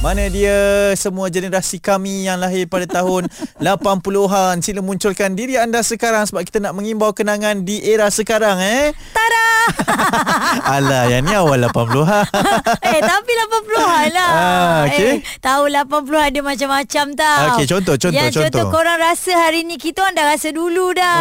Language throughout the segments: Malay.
Mana dia semua generasi kami yang lahir pada tahun 80-an. Sila munculkan diri anda sekarang sebab kita nak mengimbau kenangan di era sekarang eh. Tara. Alah, yang ni awal 80-an. eh, tapi 80-an lah. Ah, okey. Eh, tahu 80-an ada macam-macam tau. Okey, contoh, contoh, Yang contoh. contoh. korang rasa hari ni, kita orang dah rasa dulu dah.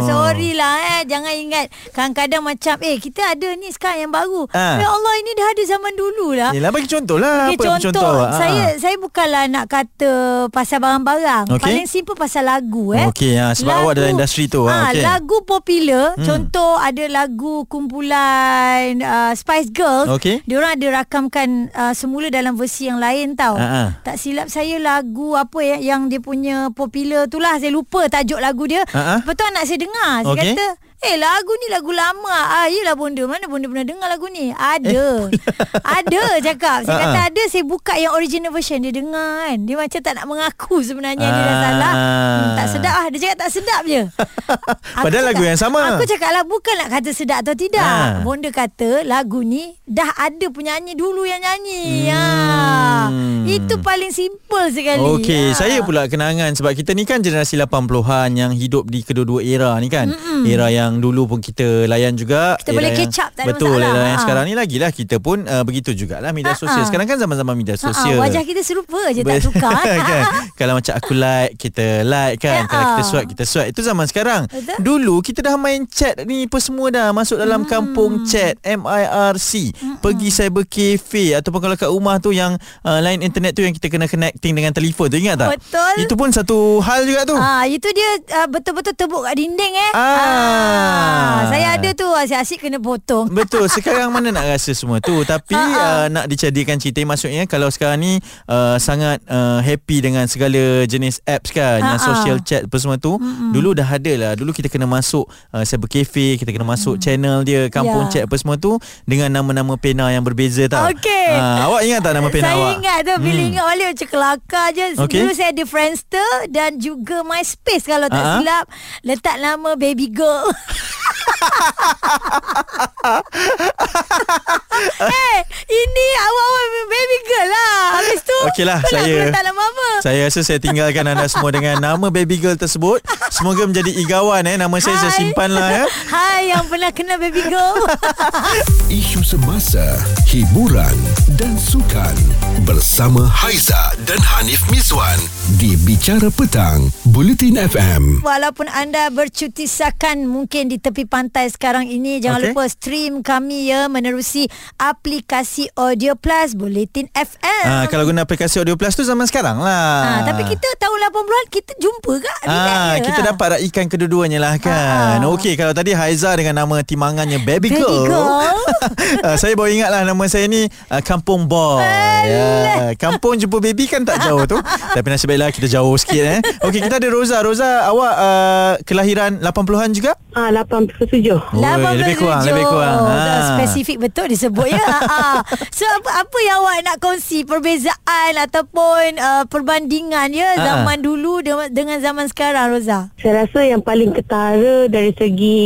Ah. Sorry lah eh. Jangan ingat. Kadang-kadang macam, eh, kita ada ni sekarang yang baru. Ah. Ya Allah, ini dah ada zaman dulu lah. Yelah, bagi contoh Ah. lah. Okay, contoh, contoh saya saya bukanlah nak kata pasal barang-barang. Okey. Okay. Paling simple pasal lagu eh. Okey, ha, sebab awak dalam industri tu, ha, Ha, okey. lagu popular, hmm. contoh ada lagu kumpulan uh, Spice Girls. Okey. Diorang ada rakamkan uh, semula dalam versi yang lain tau. Ha, ha. Tak silap saya lagu apa yang, yang dia punya popular tu lah. Saya lupa tajuk lagu dia. Ha, ha. Lepas tu anak saya dengar. Saya Okey. kata, Eh lagu ni lagu lama ah, Yelah bonda Mana bonda pernah dengar lagu ni Ada eh, Ada cakap Saya Ha, kata ha. ada Saya buka yang original version Dia dengar kan Dia macam tak nak mengaku sebenarnya Dia dah Ah. salah hmm, Tak sedap ah Dia cakap tak sedap je Aku Padahal lagu yang sama. Aku cakap lah Bukan nak kata sedap atau tidak Ha. Bonda kata Lagu ni Dah ada penyanyi dulu yang nyanyi Hmm. ha. Itu paling simple sekali Okey, ha. saya pula kenangan sebab kita ni kan generasi 80-an yang hidup di kedua-dua era ni kan. Mm-mm. Era yang dulu pun kita layan juga. Kita era boleh yang, catch up, tak ada Betul, masalah. era yang Ha. sekarang ni lagilah kita pun uh, begitu jugalah media Ha, sosial. ha. Sekarang kan zaman-zaman media Ha, ha, sosial. Wajah kita serupa je Tak Ber- tukar Ha, eh? kan? Kalau macam aku like Kita like kan Ya. Kalau kita suat Kita suat Itu zaman sekarang Betul. Hmm. Dulu kita dah main chat ni Apa semua dah Masuk dalam kampung chat MIRC Pergi cyber cafe Ataupun kalau kat rumah tu Yang uh, line internet tu Yang kita kena connecting Dengan telefon tu Ingat tak? Betul. Itu pun satu hal juga tu Ah, itu dia ah, betul-betul tebuk kat dinding eh. Ah, Ah. saya ada tu asyik-asyik kena potong. Betul Sekarang mana nak rasa semua tu Ha, Tapi uh, Ha-ha. nak dijadikan cerita Maksudnya kalau sekarang ni uh, Sangat uh, happy dengan segala jenis apps kan Yang Ha-ha. social chat apa semua tu mm Dulu dah ada lah Dulu kita kena masuk uh, Cyber cafe Kita kena masuk channel dia Kampung Mm. Ya. chat apa semua tu Dengan nama-nama pena yang berbeza tau Okey. Ah, Awak ingat tak nama pena saya awak? ingat tu bila Hmm. ingat balik macam kelakar je. Okey. Dulu saya ada Friendster dan juga MySpace kalau tak Ah. silap. Letak nama baby girl. Eh, ini awak-awak baby girl lah. Habis tu, Okey lah, kau nak saya- aku letak nama apa? Saya rasa saya tinggalkan anda semua dengan nama baby girl tersebut. Semoga menjadi igawan eh. Nama saya saya Hai. simpan lah ya. Hai yang pernah kena baby girl. Isu semasa, hiburan dan sukan bersama Haiza dan Hanif Miswan di Bicara Petang, Bulletin FM. Walaupun anda bercuti sakan mungkin di tepi pantai sekarang ini jangan Okey. okay. lupa stream kami ya menerusi aplikasi Audio Plus Bulletin FM. Ah, kalau guna aplikasi Audio Plus tu zaman sekarang lah. Ah, tapi kita tahun 80-an kita jumpa kak Relax Ah, je kita lah. dapat raikan kedua-duanya lah kan. Ah. Okey, kalau tadi Haiza dengan nama timangannya Baby Baby Girl. Girl. Ah, saya baru ingat lah nama saya ni uh, Kampung Boy. Ya, kampung jumpa baby kan tak jauh tu. Tapi nasib baiklah kita jauh sikit eh. Okey, kita ada Roza. Roza, awak uh, kelahiran 80-an juga? Ah, 87. Oi, 87. lebih kurang, lebih kurang. Dah Ah. Spesifik betul disebut ya. Ah. so apa apa yang awak nak kongsi perbezaan ataupun uh, perbandingan ya Ah. zaman dulu de- dengan zaman sekarang Roza? Saya rasa yang paling ketara dari segi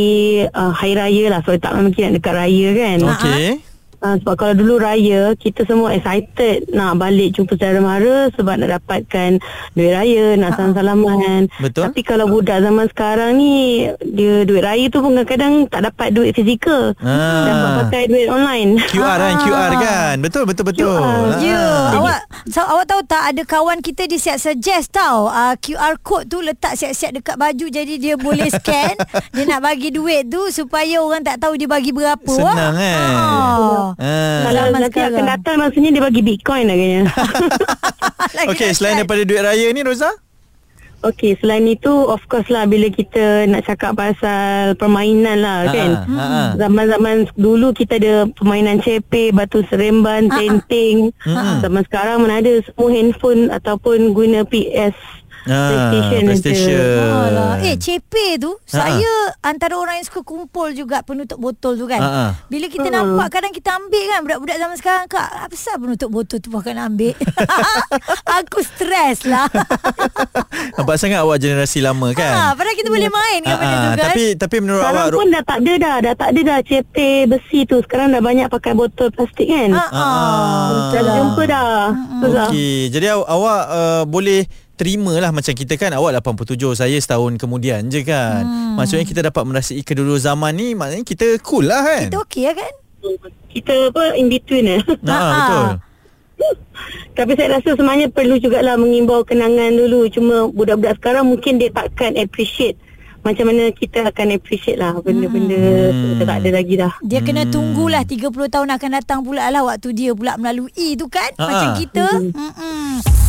uh, hari raya lah. Sebab tak memang kita nak dekat raya kan. Ah. Okey. Uh, sebab kalau dulu raya, kita semua excited nak balik jumpa saudara mara sebab nak dapatkan duit raya, nak salam-salaman. Betul. Tapi kalau budak zaman sekarang ni, dia duit raya tu pun kadang-kadang tak dapat duit fizikal. Ah. Dapat pakai duit online. QR kan, Ah. QR kan. Betul, betul, betul. QR, Ah. Ya, awak so, awak tahu tak ada kawan kita dia siap suggest tau. Uh, QR code tu letak siap-siap dekat baju jadi dia boleh scan. dia nak bagi duit tu supaya orang tak tahu dia bagi berapa. Senang, Wah. eh? Ah. Ah. Kalau Zaman nanti sekarang. akan datang maksudnya dia bagi bitcoin lah agaknya. Okey, selain daripada duit raya ni Roza? Okey, selain itu of course lah bila kita nak cakap pasal permainan Ha, lah kan. ha, ha. Zaman-zaman dulu kita ada permainan cepe, batu seremban, tenting. Ha, Zaman sekarang mana ada semua handphone ataupun guna PS. Ha, PlayStation. Alah. ada. Eh cepe tu Ha-ha. Saya antara orang yang suka kumpul juga Penutup botol tu kan Ha-ha. Bila kita nampak Kadang kita ambil kan Budak-budak zaman sekarang Kak apa Pasal penutup botol tu Bukan nak ambil Aku stres lah Nampak sangat awak generasi lama Ah, kan? padahal kita boleh main kan benda tu Ah, kan. tapi tapi menurut Sekarang awak pun dah tak ada dah Dah tak ada dah cepek besi tu Sekarang dah banyak pakai botol plastik Mm. kan Ah, ah. Dah jumpa dah Susah Okey, jadi aw- awak uh, boleh terima lah macam kita kan awak 87 saya setahun kemudian je kan. Hmm. Maksudnya kita dapat merasai kedua zaman ni maknanya kita cool lah kan. Itu okey lah kan? Kita apa in between eh Ha ah, betul. Tapi saya rasa sebenarnya perlu jugalah mengimbau kenangan dulu. Cuma budak-budak sekarang mungkin dia takkan appreciate macam mana kita akan appreciate lah benda-benda hmm. kita tak ada lagi dah. Dia kena Hmm. tunggulah 30 tahun akan datang pula lah waktu dia pula melalui tu kan Ah, macam ah. kita. hmm, Mm-mm.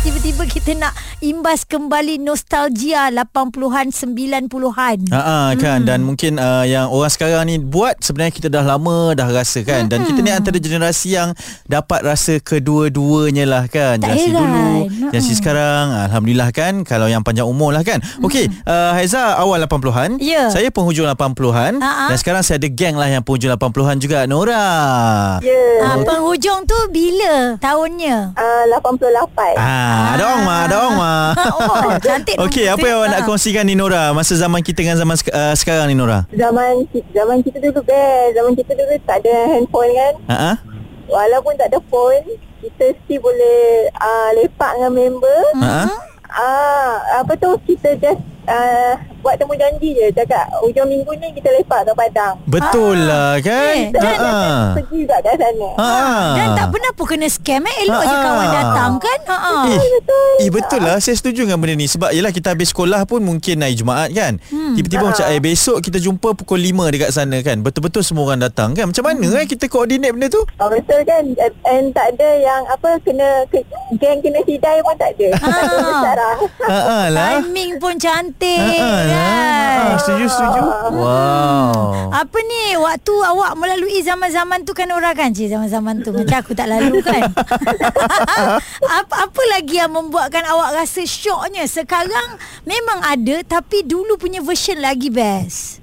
Tiba-tiba kita nak imbas kembali nostalgia 80-an 90-an. Ha ah, kan dan Hmm. mungkin uh, yang orang sekarang ni buat sebenarnya kita dah lama dah rasa kan dan kita Hmm. ni antara generasi yang dapat rasa kedua-duanya lah kan Tak generasi heran. Hmm. dulu Ha-ha. generasi sekarang alhamdulillah kan kalau yang panjang umur lah kan okey uh, Haiza awal 80-an Hmm. Ya. Ah, saya penghujung 80-an Ha-ha. dan sekarang saya ada geng lah yang penghujung 80-an juga Nora Ya, Ah, penghujung tu bila tahunnya? yeah. uh, 88. ah ada orang mah ada orang mah Oh, cantik. okey apa yang awak nak kongsikan ni Nora masa zaman kita dengan zaman sek- uh, sekarang ni Nora Zaman zaman kita dulu best. Zaman kita dulu tak ada handphone kan. ha ah Walaupun tak ada phone, kita still boleh uh, lepak dengan member. ha Mm-hmm. ah Ah, apa tu kita just uh, buat temu janji je cakap hujung minggu ni kita lepak ke Padang. Betul lah Ah. kan. Eh, Ha dan- ah. Pergi juga dah sana. Ha ah. Dan tak pernah pun kena scam eh. Elok Ah, je ah. kawan datang kan. Ha ah. Eh, eh betul lah Saya setuju dengan benda ni Sebab yelah kita habis sekolah pun Mungkin hari Jumaat kan Hmm. Ah, Tiba-tiba macam eh, Besok kita jumpa pukul 5 dekat sana kan Betul-betul semua orang datang kan Macam mana Hmm. eh kita koordinate benda tu Ah, betul kan and, and tak ada yang apa kena ke, geng kena sidai pun tak ada. Ah. Tak ada besar lah. Ha ah lah Timing pun cantik. Ha ah lah kan? Ah, Setuju setuju Wow Apa ni Waktu awak melalui zaman-zaman tu kan Orang kan Cik zaman-zaman tu Macam aku tak lalu kan apa, apa lagi yang membuatkan awak rasa syoknya Sekarang memang ada Tapi dulu punya version lagi best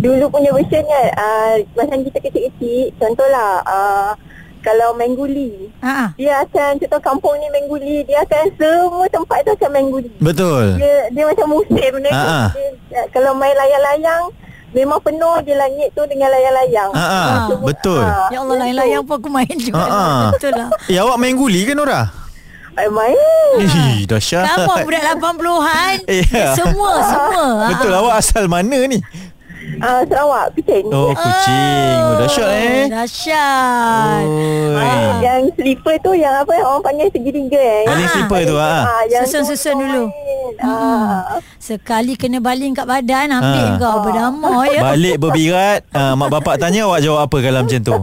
Dulu punya version kan uh, masa kita kecil-kecil contohlah uh, kalau main guli Ha dia akan contoh kampung ni main guli dia akan semua tempat tu akan main guli. Betul dia dia macam musim dia, Ha, ha. dia eh, kalau main layang-layang memang penuh je langit tu dengan layang-layang. Ha ah Ah. Betul Ya Allah lain-lain apa aku main juga Ha, ah. Betul lah Eh awak main guli ke Ah. Nora? Ai main. Ih dahsyat Kamu budak 80-an Ya. Semua Semua Ha, Oh. Betul lah. awak asal mana ni? Ah Sarawak kucing. Oh kucing oh, Dahsyat eh Oh. Dahsyat Oi. Ah, Yang slipper tu yang apa orang panggil segitiga eh. Paling slipper tu ah. Susun-susun dulu. Ah. Hmm. Sekali kena baling kat badan Ambil Ah. kau berdamai ya Balik berbirat uh, Mak bapak tanya awak jawab apa kalau macam tu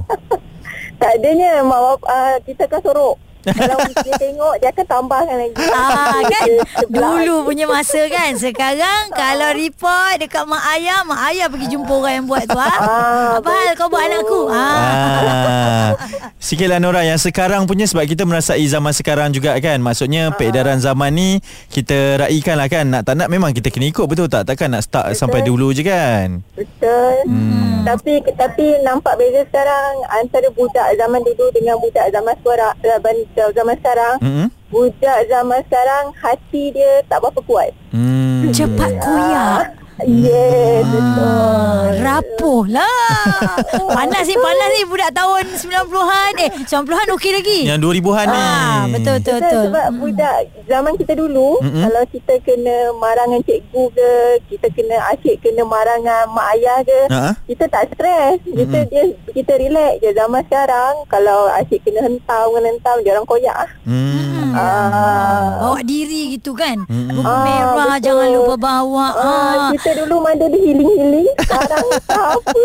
Tak adanya mak bapa ah, kita kan sorok. Kalau dia tengok dia akan tambahkan lagi. Ah kan Sebelah. Dulu punya masa kan Ah. Sekarang Kalau report Dekat mak ayah Mak ayah pergi jumpa orang yang buat tu ha? Ah, Apa hal kau buat anakku ha? ah. Sikitlah Nora yang sekarang punya Sebab kita merasai zaman sekarang juga kan Maksudnya Ah. peredaran zaman ni Kita raikan lah kan Nak tak nak memang kita kena ikut betul tak Takkan nak start sampai dulu je kan Betul. Hmm. Tapi tapi nampak beza sekarang antara budak zaman dulu dengan budak zaman sekarang zaman zaman sekarang. Mm-mm. Budak zaman sekarang hati dia tak berapa kuat. Hmm. Cepat Ya. koyak Yes. Ah, ya. rapuh lah Panas ni Panas ni Budak tahun 90-an Eh 90-an okey lagi Yang 2000-an ni Ah, betul betul betul. Betul. Sebab Mm. budak zaman kita dulu Mm-mm. mm kalau kita kena marah dengan cikgu ke, kita kena asyik kena marah dengan mak ayah ke, Ha? kita tak stres. Kita dia kita relax je zaman sekarang kalau asyik kena hentam kena hentam dia orang koyak ah. Hmm. Hmm. Ah. Bawa diri gitu kan. Mm-mm. Buku Ah, merah betul. jangan lupa bawa. Ah, Ah. kita dulu mana ada healing-healing Sekarang tak apa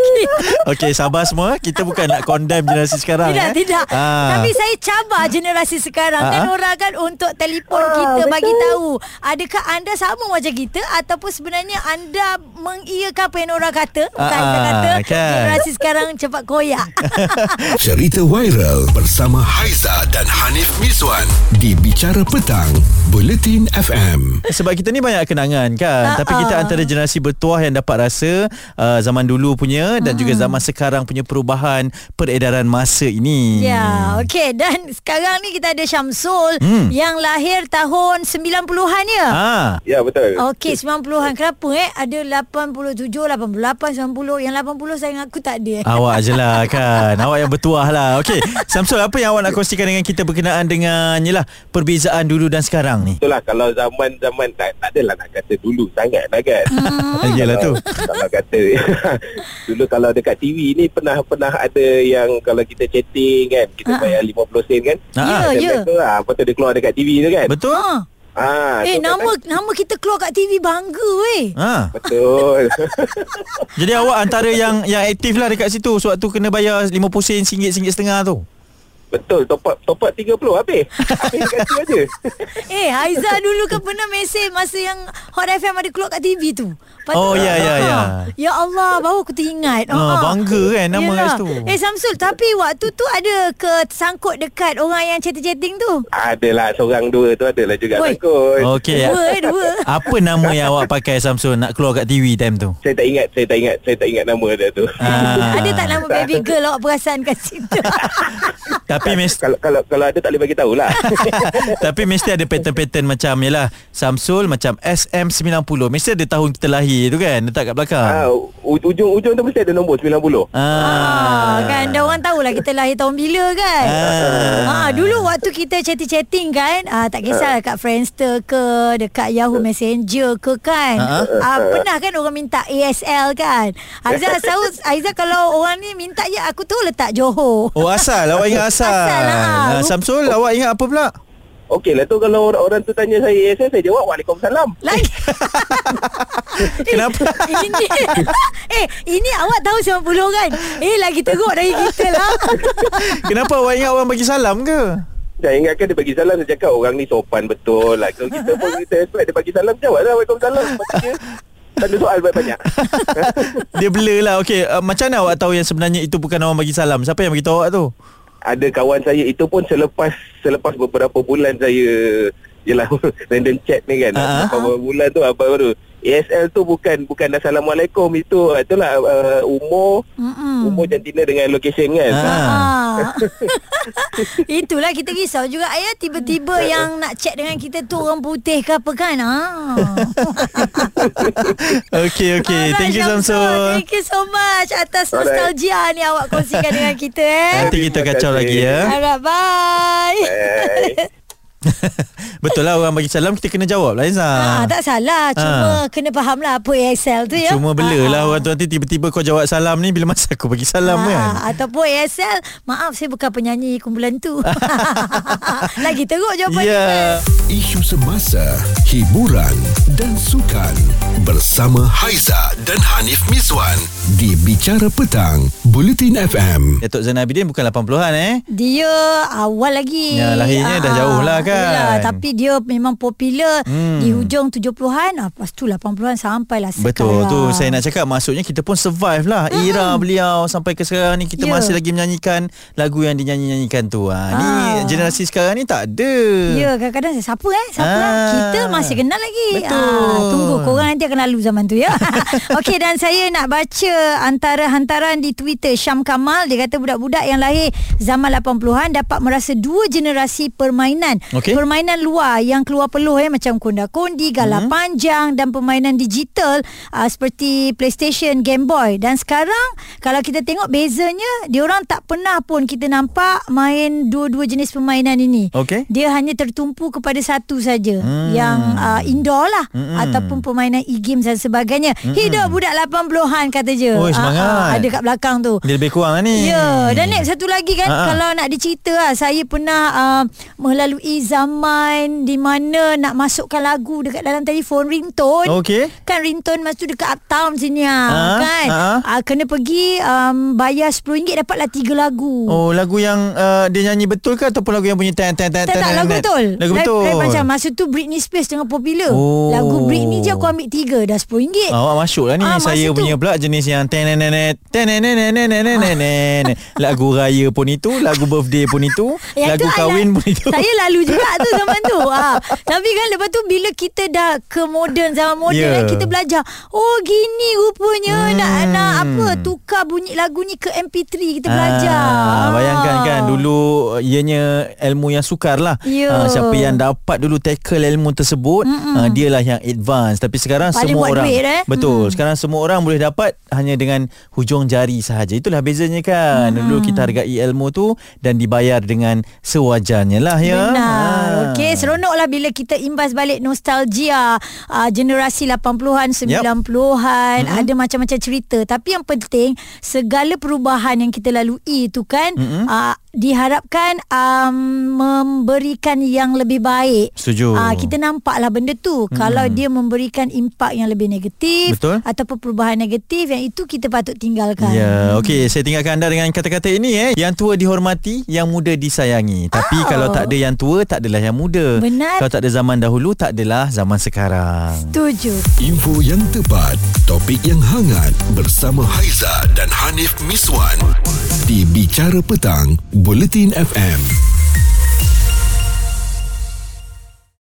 Okey sabar semua Kita bukan nak condemn generasi sekarang Tidak, eh. tidak. Ah. Tapi saya cabar generasi sekarang Ah, kan ah. orang kan untuk telefon Ah, kita betul. bagi tahu adakah anda sama macam kita ataupun sebenarnya anda mengiyakan apa yang orang kata bukan Ah, kita kata kan. generasi sekarang cepat koyak. Cerita viral Bersama Haiza dan Hanif Miswan Di di Bicara Petang, Buletin FM. Sebab kita ni banyak kenangan kan Ha, Tapi kita ha. antara generasi bertuah Yang dapat rasa uh, Zaman dulu punya Dan juga zaman sekarang punya perubahan Peredaran masa ini Ya, okey dan sekarang ni kita ada Syamsul hmm. yang lahir tahun 90-an ya. Ah, Ya betul. Okey, 90-an. Kenapa eh? Ada 87, 88, 90. Yang 80 saya dengan aku tak ada. Eh? Awak je lah kan Awak yang bertuah lah Okey Samsul apa yang awak nak kongsikan dengan kita Berkenaan dengan Yelah Perbezaan dulu dan sekarang ni Betul lah kalau zaman-zaman tak, tak adalah nak kata dulu sangat lah kan. Ah. Ah, Yelah tu kalau kata dulu kalau dekat TV ni pernah pernah ada yang kalau kita chatting kan kita bayar 50 sen kan. Ha, Ah. Ya, Macam ya. tu lah. Lepas tu dia keluar dekat TV tu kan. Betul Ha. Ah, Eh, tu kan- nama nama kita keluar kat TV bangga weh. Ha. Betul. Jadi awak antara yang yang aktif lah dekat situ Sewaktu kena bayar RM50 sen RM1.50 tu Betul. Top up, top up 30 habis. Habis dekat situ aja. Eh, Haiza dulu kan pernah mesej masa yang Hot FM ada keluar kat TV tu. Lepas tu- Oh, ya, ya, Ha. ya. Ya Allah, baru aku teringat. Ah, Ha. bangga kan nama Yelah. kat situ. Eh, Samsul, tapi waktu tu ada ke sangkut dekat orang yang chatting-chatting tu? Adalah seorang dua tu adalah juga Oi. takut. Okey Dua eh, dua. Apa nama yang awak pakai Samsul Nak keluar kat TV time tu Saya tak ingat, saya tak ingat, saya tak ingat nama dia tu. Ah. Ada tak nama baby girl awak perasan kat situ? Tapi mesti Kalau kalau kalau ada tak boleh bagi tahulah. Tapi mesti ada pattern-pattern macam Yelah Samsul macam SM90 Mesti ada tahun kita lahir tu kan Letak kat belakang ah, u- ujung-ujung tu mesti ada nombor 90. Ah, kan dah orang tahulah kita lahir tahun bila kan. Ah. Ah. dulu waktu kita chatting-chatting kan, ah tak kisah kat Friendster ke, dekat Yahoo Messenger ke kan. Ah. Ah, pernah kan orang minta ASL kan. Aizah tahu Aizah kalau orang ni minta je aku tu letak Johor. Oh asal Awak ingat asal, Asal lah. Ah, Samsul awak ingat apa pula Okey lah tu kalau orang, orang tu tanya saya ASL, saya jawab Waalaikumsalam. Lagi Kenapa? ini, Eh ini awak tahu 90 kan Eh lagi teruk dari kita lah Kenapa awak ingat orang bagi salam ke Saya ingatkan dia bagi salam, saya cakap orang ni sopan betul lah. Kalau kita pun kita respect, dia bagi salam, jawab lah Waalaikumsalam. Maksudnya, tak ada soal banyak-banyak. Dia blur lah Okay uh, Macam mana awak tahu yang sebenarnya Itu bukan orang bagi salam Siapa yang beritahu awak tu ada kawan saya itu pun selepas selepas beberapa bulan saya Yelah random chat ni kan Ah. uh-huh. beberapa bulan tu apa baru ASL tu bukan bukan assalamualaikum itu itulah uh, umur Mm-mm. umur jantina dengan location kan Ah. uh-huh. Ah. Itulah kita risau juga Ayah tiba-tiba Eh. yang nak chat dengan kita tu orang putih ke apa kan ah. Okay okay Alah, Thank you Samsul Thank you so much Atas Alright. nostalgia ni awak kongsikan dengan kita eh Nanti kita Terima kacau kasih. lagi ya Alright bye Eh, Betul lah orang bagi salam Kita kena jawab lah Izzah Ah, tak salah Cuma kena faham lah Apa ASL tu ya Cuma blur Ah, lah ah. orang tu nanti tiba-tiba kau jawab salam ni bila masa aku bagi salam Ah, kan. Ataupun ASL Maaf saya bukan penyanyi kumpulan tu Lagi teruk jawapan Ya. dia. Isu semasa, hiburan dan sukan bersama Haiza dan Hanif Miswan di Bicara Petang, Buletin FM. Datuk Zainal Abidin bukan 80-an eh. Dia awal lagi Ya, lahirnya dah Ah, jauh lah kan. yelah, Tapi dia memang popular hmm. Di hujung 70-an ah, Lepas tu 80-an sampailah Betul lah sekarang tu saya nak cakap maksudnya kita pun survive lah era beliau sampai ke sekarang ni kita Ya. masih lagi menyanyikan lagu yang dinyanyi-nyanyikan tu. Ha, ni Ah. generasi sekarang ni tak ada. Ya kadang-kadang saya Siapa eh Siapa Ah. ah. Kita masih kenal lagi Ah, Betul. Tunggu korang nanti akan lalu zaman tu ya Okey dan saya nak baca Antara hantaran di Twitter Syam Kamal Dia kata budak-budak yang lahir Zaman 80-an Dapat merasa dua generasi permainan Okey. Permainan luar Yang keluar peluh eh Macam konda-kondi Gala hmm. panjang Dan permainan digital uh, Seperti Playstation Game Boy Dan sekarang Kalau kita tengok bezanya Diorang tak pernah pun Kita nampak Main dua-dua jenis permainan ini Okey. dia hanya tertumpu kepada satu saja Eh? hmm. yang uh, indoor lah hmm. ataupun permainan e-games dan sebagaian. Hmm. Hidup budak 80-an kata je. Oi, Ah, semangat. ah, ada kat belakang tu. Dia lebih kurang lah ni. Ya, dan next satu lagi kan Ha, ha. kalau nak dicerita lah, saya pernah uh, melalui zaman di mana nak masukkan lagu dekat dalam telefon ringtone. Okey. Kan ringtone masa tu dekat uptown sini ah, Ha, kan. ha. Ah, kena pergi um, bayar RM10 dapatlah tiga lagu. Oh lagu yang uh, dia nyanyi betul ke ataupun lagu yang bunyi tan tan tan Tak, tak, lagu betul. Lagu betul. Lagu Buat macam masa tu Britney Spears tengah popular. Oh. Lagu Britney je aku ambil tiga dah RM10. Awak masuk lah ni Ah, ah, masa Saya tu. punya pula jenis yang tenenenet, tenenenenenenenenenet. Lagu raya pun itu Lagu birthday pun itu Ah. Yang Lagu tu I kahwin la- pun itu Saya lalu juga tu zaman tu ha. Tapi kan lepas tu Bila kita dah ke moden Zaman moden Ya. yeah. Kita belajar Oh gini rupanya hmm. Nak nak Hmm. apa Tukar bunyi lagu ni Ke MP3 Kita Ah, belajar Ah. Bayangkan kan Dulu Ianya ilmu yang sukar lah Ya. Ah, Siapa yang dapat dulu Tackle ilmu tersebut uh, Dialah yang advance Tapi sekarang Paling semua buat orang duit, eh? Betul Sekarang semua orang boleh dapat Hanya dengan Hujung jari sahaja Itulah bezanya kan Dulu kita hargai ilmu tu Dan dibayar dengan Sewajarnya lah ya Benar. Ah. Okey, seronoklah bila kita imbas balik nostalgia uh, generasi 80-an, 90-an. Mm-hmm. Ada macam-macam cerita. Tapi yang penting, segala perubahan yang kita lalui itu kan mm-hmm. uh, diharapkan um, memberikan yang lebih baik. Setuju. Ah, kita nampaklah benda tu. Mm-hmm. Kalau dia memberikan impak yang lebih negatif Betul. ataupun perubahan negatif yang itu kita patut tinggalkan. Ya, okey, saya tinggalkan anda dengan kata-kata ini eh. Yang tua dihormati, yang muda disayangi. Tapi Oh. kalau tak ada yang tua, tak adalah yang muda. Benar. Kalau tak ada zaman dahulu, tak adalah zaman sekarang. Setuju. Info yang tepat, topik yang hangat bersama Haiza dan Hanif Miswan di Bicara Petang, Buletin FM.